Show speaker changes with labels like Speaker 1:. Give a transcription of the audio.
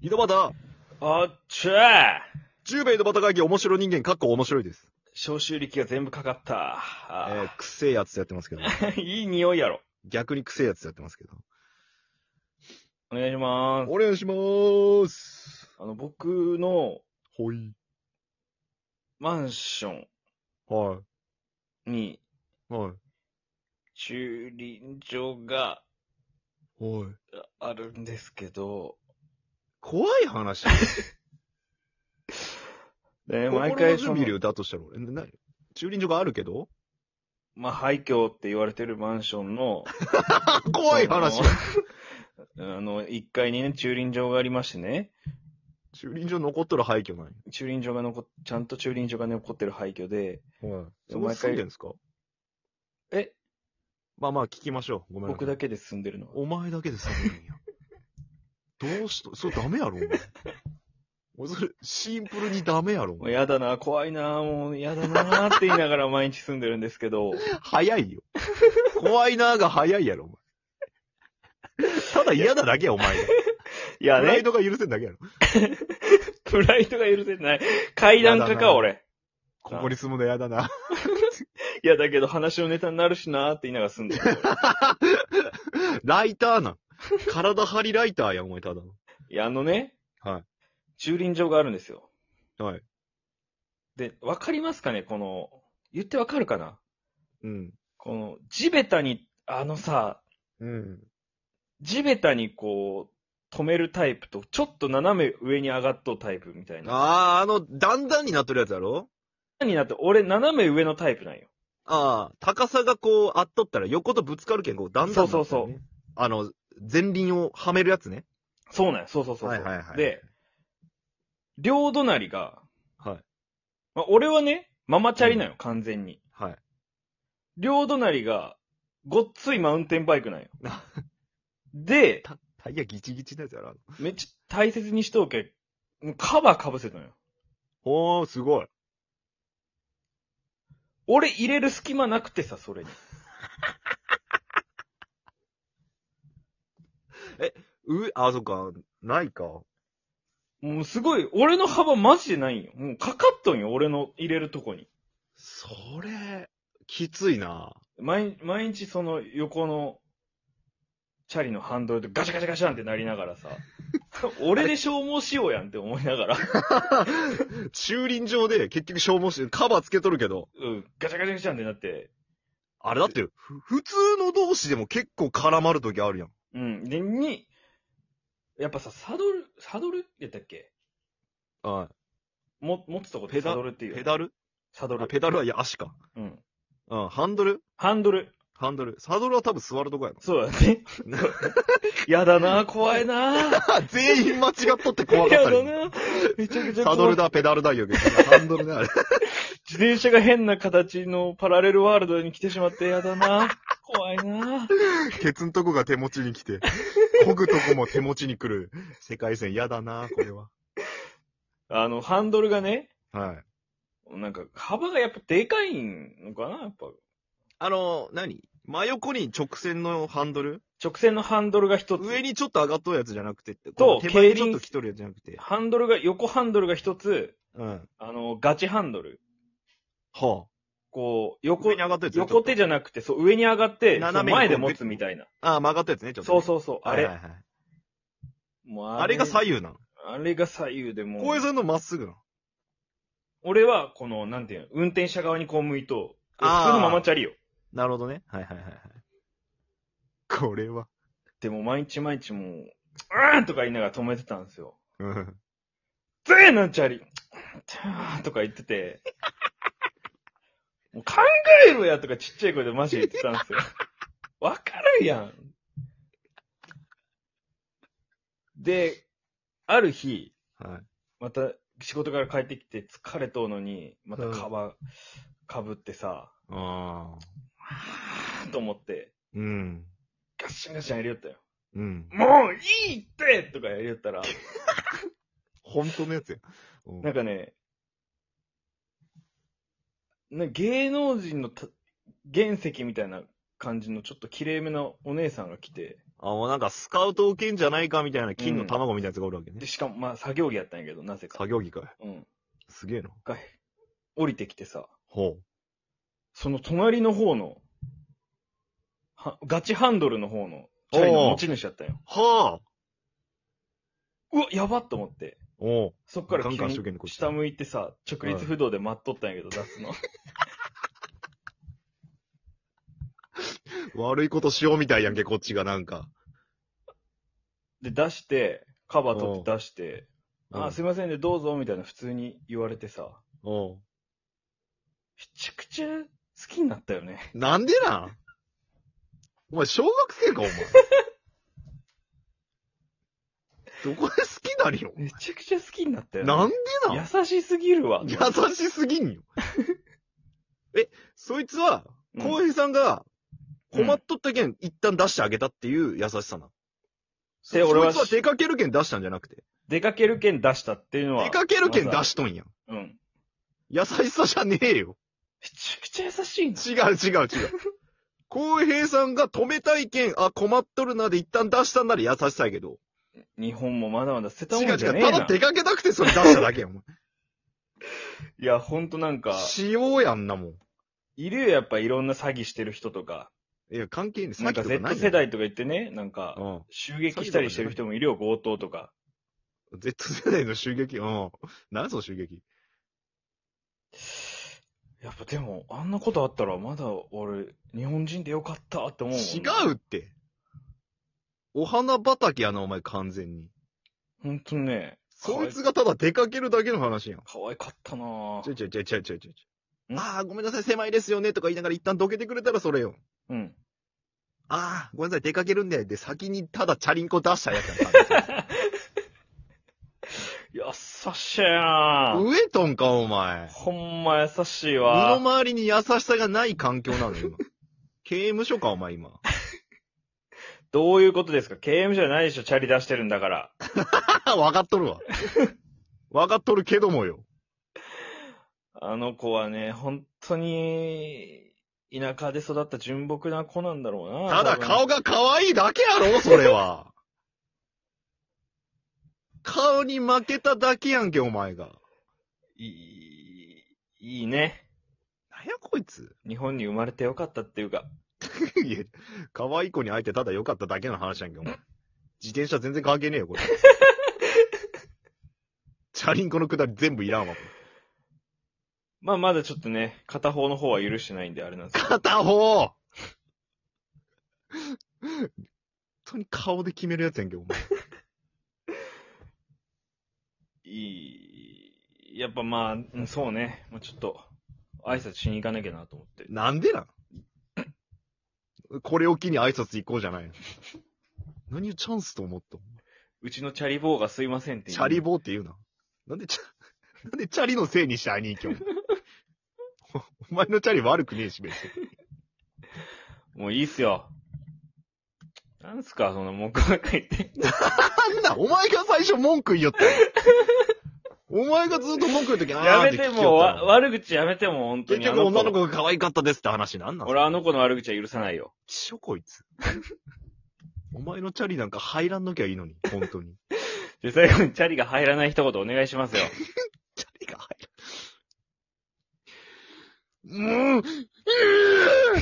Speaker 1: 井戸端、
Speaker 2: おっちゃー
Speaker 1: 十兵衛井戸端会議面白人間、かっこ面白いです。
Speaker 2: 消臭力が全部かかった。
Speaker 1: えー
Speaker 2: あ、
Speaker 1: くせえやつやってます けど、
Speaker 2: ー いい匂いやろ。
Speaker 1: 逆にくせえやつやってますけど。
Speaker 2: お願いします。
Speaker 1: お願いしまーす。
Speaker 2: あの、僕の
Speaker 1: ほい。
Speaker 2: マンション
Speaker 1: は
Speaker 2: に
Speaker 1: い。はい。
Speaker 2: 駐輪場が
Speaker 1: はい。
Speaker 2: あるんですけど、
Speaker 1: 怖い話。
Speaker 2: で、毎
Speaker 1: 毎
Speaker 2: 回
Speaker 1: 回
Speaker 2: そ
Speaker 1: 準
Speaker 2: の
Speaker 1: 備、で歌としたろ。え、な、駐輪場があるけど
Speaker 2: まあ、廃墟って言われてるマンションの、
Speaker 1: 怖い話
Speaker 2: そ。の。 あの、1階にね、駐輪場がありましてね、
Speaker 1: 駐輪場残っとる廃墟ない。
Speaker 2: 駐輪場が残っ、ちゃんと駐輪場が残ってる廃墟で、
Speaker 1: はい。そ
Speaker 2: 毎
Speaker 1: こ
Speaker 2: 回
Speaker 1: 住んでんですか
Speaker 2: え、
Speaker 1: まあまあ聞きましょう。ごめんなさ
Speaker 2: 僕
Speaker 1: い
Speaker 2: だけで住んでるの。
Speaker 1: お前だけで寒いんや。どうしと、それダメやろ、お前。お前それ、シンプルにダメやろ、お
Speaker 2: もう
Speaker 1: 前。
Speaker 2: やだな、怖いな、もうやだなって言い ながら毎日住んでるんですけど、
Speaker 1: 早いよ。 怖いなーが早いやろ、お前。ただ嫌なだけや、お前が。
Speaker 2: いや
Speaker 1: プライ
Speaker 2: ね、
Speaker 1: ドが許せんだけやろ。
Speaker 2: プライドが許せない。階段
Speaker 1: や
Speaker 2: か
Speaker 1: だな
Speaker 2: か、俺。
Speaker 1: ここに住むの嫌だな。
Speaker 2: いや、だけど話のネタになるしなって言いながら住んでる。
Speaker 1: ライターなん。体張りライターや、お前、ただの。
Speaker 2: いや、あのね、
Speaker 1: は
Speaker 2: 駐輪場があるんですよ。
Speaker 1: はい。
Speaker 2: で、わかりますかねこの、言ってわかるかな
Speaker 1: うん。
Speaker 2: この、地べたに、あのさ、
Speaker 1: うん。
Speaker 2: 地べたにこう、止めるタイプと、ちょっと斜め上に上がっとうタイプみたいな。
Speaker 1: あー、あの、段々になっとるやつやろ
Speaker 2: になって、俺斜め上のタイプなんよ。
Speaker 1: ああ、高さがこう、あっとったら横とぶつかるけん、こう、段々になっとる、。
Speaker 2: そうそうそう
Speaker 1: あの、前輪をはめるやつね。
Speaker 2: そうなんよそうそうそうそう。
Speaker 1: はいはいはい
Speaker 2: で、両隣が、
Speaker 1: はい。
Speaker 2: まあ、俺はね、ママチャリなよ、完全に。
Speaker 1: はい。
Speaker 2: 両隣が、ごっついマウンテンバイクなんよ
Speaker 1: あ。
Speaker 2: で、
Speaker 1: タタイヤギチギチのやつやろ。
Speaker 2: めっちゃ大切にしとうけ、もうカバーかぶせたのよ。
Speaker 1: おー、すごい。
Speaker 2: 俺入れる隙間なくてさ、それに。
Speaker 1: う、あ、そっか、ないか。
Speaker 2: もうすごい、俺の幅マジでないんよ。もうかかっとんよ、俺の入れるとこに。
Speaker 1: それ、きついな。
Speaker 2: 毎毎日その横の、チャリのハンドルでガシャガシャガシャンってなりながら さ、俺で消耗しようやんって思いながら、
Speaker 1: 駐輪場で結局消耗して、カバーつけとるけど、
Speaker 2: うん、ガシャガシャガシャンってなって、
Speaker 1: あれだって、ふ普通の同士でも結構絡まる時あるやん。
Speaker 2: うん。で、に、やっぱさ、サドル、サドルやったっけ
Speaker 1: は
Speaker 2: も、持つとこ
Speaker 1: ペ
Speaker 2: で
Speaker 1: ダ
Speaker 2: サドルっていうよ。
Speaker 1: ペダル
Speaker 2: サド
Speaker 1: あ
Speaker 2: ル。
Speaker 1: ペダルは、いや、足か。
Speaker 2: うん。
Speaker 1: うん、ハンドル
Speaker 2: ハンドル。
Speaker 1: ハンドル。サドルは多分座るとこや
Speaker 2: そうだね。
Speaker 1: な。
Speaker 2: やだな怖いな
Speaker 1: 全員間違っとって怖かっ
Speaker 2: や
Speaker 1: たり
Speaker 2: だ。なめちゃくちゃ怖
Speaker 1: サ
Speaker 2: い
Speaker 1: ドル。だ、ペダルだよ、別にハンドルだ、あれ。
Speaker 2: 自転車が変な形のパラレルワールドに来てしまって、やだな怖いな
Speaker 1: ケツんとこが手持ちに来て、 こぐとこも手持ちに来る。世界線嫌だな、これは。
Speaker 2: あの、ハンドルがね、
Speaker 1: はい。
Speaker 2: なんか、幅がやっぱでかいのかなやっぱ。
Speaker 1: あの、何真横に直線のハンドル
Speaker 2: 直線のハンドルが一つ。
Speaker 1: 上にちょっと上がっとるやつじゃなくて、
Speaker 2: と
Speaker 1: 手前にちょっと来とるやつじゃなくて。
Speaker 2: ハンドルが、横ハンドルが一つ、
Speaker 1: うん。は
Speaker 2: あの、ガチハンドル。
Speaker 1: あ。
Speaker 2: こう、
Speaker 1: 横
Speaker 2: 横
Speaker 1: に、上がったやつね、
Speaker 2: 横手
Speaker 1: じ
Speaker 2: じゃなくて、そう、上に上がって、
Speaker 1: 斜めに
Speaker 2: そう前で持つみたいな。
Speaker 1: ああ、曲がったやつね、ちょっと
Speaker 2: そ
Speaker 1: ね、
Speaker 2: うそうそう、あ
Speaker 1: はい
Speaker 2: れ。
Speaker 1: はいはい
Speaker 2: もう
Speaker 1: あれが左右なん。
Speaker 2: あれが左右でも
Speaker 1: こういう
Speaker 2: う、
Speaker 1: さんのまっすぐなん。
Speaker 2: 俺は、この、なんていうの、運転者側にこう向いと、普
Speaker 1: あー
Speaker 2: 通のママチャリよ。
Speaker 1: なるほどね。はいはいはいはい。これは。
Speaker 2: でも、毎日毎日もう、うーんとか言いながら止めてたんですよ。
Speaker 1: うん。
Speaker 2: ぜーなチャリ、てーんとか言ってて、もう考えろやとかちっちゃい声でマジで言ってたんですよ。わかるやん。で、ある日、
Speaker 1: はい。
Speaker 2: また仕事から帰ってきて疲れとうのに、またカバーかぶってさ、
Speaker 1: ああ。
Speaker 2: はぁーと思って、
Speaker 1: うん。
Speaker 2: ガッシャンガッシャンやりよったよ。
Speaker 1: うん。
Speaker 2: もういいってとかやりよったら、
Speaker 1: 本当のやつや。うん
Speaker 2: なんかね、な芸能人のた原石みたいな感じのちょっと綺麗めなお姉さんが来て、
Speaker 1: あ、もうなんかスカウト受けんじゃないかみたいな金の卵みたいなやつがおるわけね。
Speaker 2: で、しかも、まあ、作業着やったんやけど、なぜか。
Speaker 1: 作業着かい。
Speaker 2: うん。
Speaker 1: すげえな。
Speaker 2: が、降りてきてさ、
Speaker 1: ほ
Speaker 2: その隣の方の、は、ガチハンドルの方の、チャリの持ち主やったんよ。
Speaker 1: う。はあ
Speaker 2: うわ、やばっと思って。
Speaker 1: おう。
Speaker 2: そっから
Speaker 1: ガンガンし
Speaker 2: 急
Speaker 1: とけんね
Speaker 2: に
Speaker 1: こっち
Speaker 2: 下向いてさ、直立不動で待っとったんや けど、出すの。
Speaker 1: 悪いことしようみたいやんけ、こっちがなんか。
Speaker 2: で、出して、カバー取って出して、
Speaker 1: うん
Speaker 2: あ、すいませんね、どうぞ、みたいな普通に言われてさ、
Speaker 1: おう。
Speaker 2: めちゃくちゃ好きになったよね。
Speaker 1: なんでなんお前、小学生 か、お前。どこで好きなりよ。
Speaker 2: めちゃくちゃ好きになったよね。
Speaker 1: なんでなん
Speaker 2: 優しすぎるわ。
Speaker 1: 優しすぎん よ。え、そいつは、
Speaker 2: うん
Speaker 1: 浩平さんが困っとったけん、一旦出してあげたっていう優しさなの。
Speaker 2: で俺は
Speaker 1: そいつは出かけるけん出したんじゃなくて。
Speaker 2: 出かける券出したっていうのは。
Speaker 1: 出かけるけん出
Speaker 2: まだ
Speaker 1: しとんやん。
Speaker 2: うん。め
Speaker 1: 優しさじゃねえよ。
Speaker 2: ちゃくちゃ優しいんだ。
Speaker 1: 違う違う違う。浩平さんが止めたいけん、あ、困っとるなで一旦出したんなら優しさやけど。
Speaker 2: 日本もまだまだ捨てた
Speaker 1: 違う
Speaker 2: も
Speaker 1: 違
Speaker 2: ん
Speaker 1: う。
Speaker 2: じゃ
Speaker 1: た
Speaker 2: ねえ
Speaker 1: だ
Speaker 2: な。
Speaker 1: 出かけたくてそれ出しただけや ん。
Speaker 2: いや、ほんとなんか、
Speaker 1: しようやんなもん。
Speaker 2: いるよ、やっぱいろんな詐欺してる人とか。
Speaker 1: いや、関係ねえ。
Speaker 2: なんか
Speaker 1: 詐欺と
Speaker 2: Z
Speaker 1: い
Speaker 2: 世代とか言ってね、なん
Speaker 1: う
Speaker 2: か、
Speaker 1: ん。
Speaker 2: 襲撃したりしてる人もいるよ、強盗とか。
Speaker 1: Z 世代の襲撃。うん。何その襲撃。
Speaker 2: やっぱでも、あんなことあったら、まだ俺、日本人でよかったって思うもん
Speaker 1: 違
Speaker 2: な。
Speaker 1: うって。お花畑やな、お前、完全に。
Speaker 2: ほんとね。
Speaker 1: そいつがただ出かけるだけの話やん。
Speaker 2: 可愛かったなぁ
Speaker 1: ちょいちょいちょいちょいちょいちょい。
Speaker 2: ん
Speaker 1: ああ、ごめんなさい、狭いですよね、とか言いながら一旦どけてくれたらそれよ。
Speaker 2: うん。
Speaker 1: ああ、ごめんなさい、出かけるんで、で、先にただチャリンコ出したやつやん 完全
Speaker 2: 優しいなぁ
Speaker 1: に。ウエトンか、お前。
Speaker 2: ほんま優しい
Speaker 1: 身
Speaker 2: わ。
Speaker 1: の回りに優しさがない環境なのよ、 今。刑務所か、お前、今。
Speaker 2: どういうことですか刑務所じゃないでしょチャリ出してるんだから。
Speaker 1: わかっとるわ。 わかっとるけどもよ。
Speaker 2: あの子はね、本当に、田舎で育った純朴な子なんだろうな。
Speaker 1: ただ
Speaker 2: 多分
Speaker 1: 顔が可愛いだけや ろ、それは。顔に負けただけやんけ、お前が。
Speaker 2: いい、いいね。
Speaker 1: なんやこいつ。
Speaker 2: 日本に生まれてよかったっていうか。
Speaker 1: いや、可愛い子に会えてただ良かっただけの話やんけ、お前。自転車全然関係ねえよ、こ れ。チャリンコの下り全部いらんわ。これ
Speaker 2: まあまだちょっとね、片方の方は許してないんであれなんですけど。
Speaker 1: 片方本当に顔で決めるやつやんけ、お前。
Speaker 2: いい、やっぱまあうん、そうね。まあちょっと、挨拶しに行かなきゃなと思って。
Speaker 1: なんでなんこれを機に挨拶行こうじゃないの。何をチャンスと思った
Speaker 2: うちのチャリ棒がすいませんって言
Speaker 1: チ
Speaker 2: う
Speaker 1: ャリ棒って言うな。なんでチャ、なんでチャリのせいにした兄貴を。 お前のチャリ悪くねえし、別に。
Speaker 2: もういいっすよ。なんすか、その文句ばっかり言って。
Speaker 1: なんだお前が最初文句言いよったよ。お前がずっと文句言うとき、あ
Speaker 2: や
Speaker 1: ーっ聞
Speaker 2: めて
Speaker 1: きよ
Speaker 2: もう、
Speaker 1: った
Speaker 2: わ
Speaker 1: の
Speaker 2: 悪口やめても、本当
Speaker 1: 結
Speaker 2: に。あ
Speaker 1: 局
Speaker 2: の
Speaker 1: 女
Speaker 2: 子
Speaker 1: の子が可愛かったですって話なんなん
Speaker 2: 俺あの子の悪口は許さないよ。
Speaker 1: きしょこいつ。お前のチャリなんか入らんのきゃいいのに、本当に。
Speaker 2: じゃ、最後 にチャリが入らない一言お願いしますよ。
Speaker 1: チャリが入る。もう、うー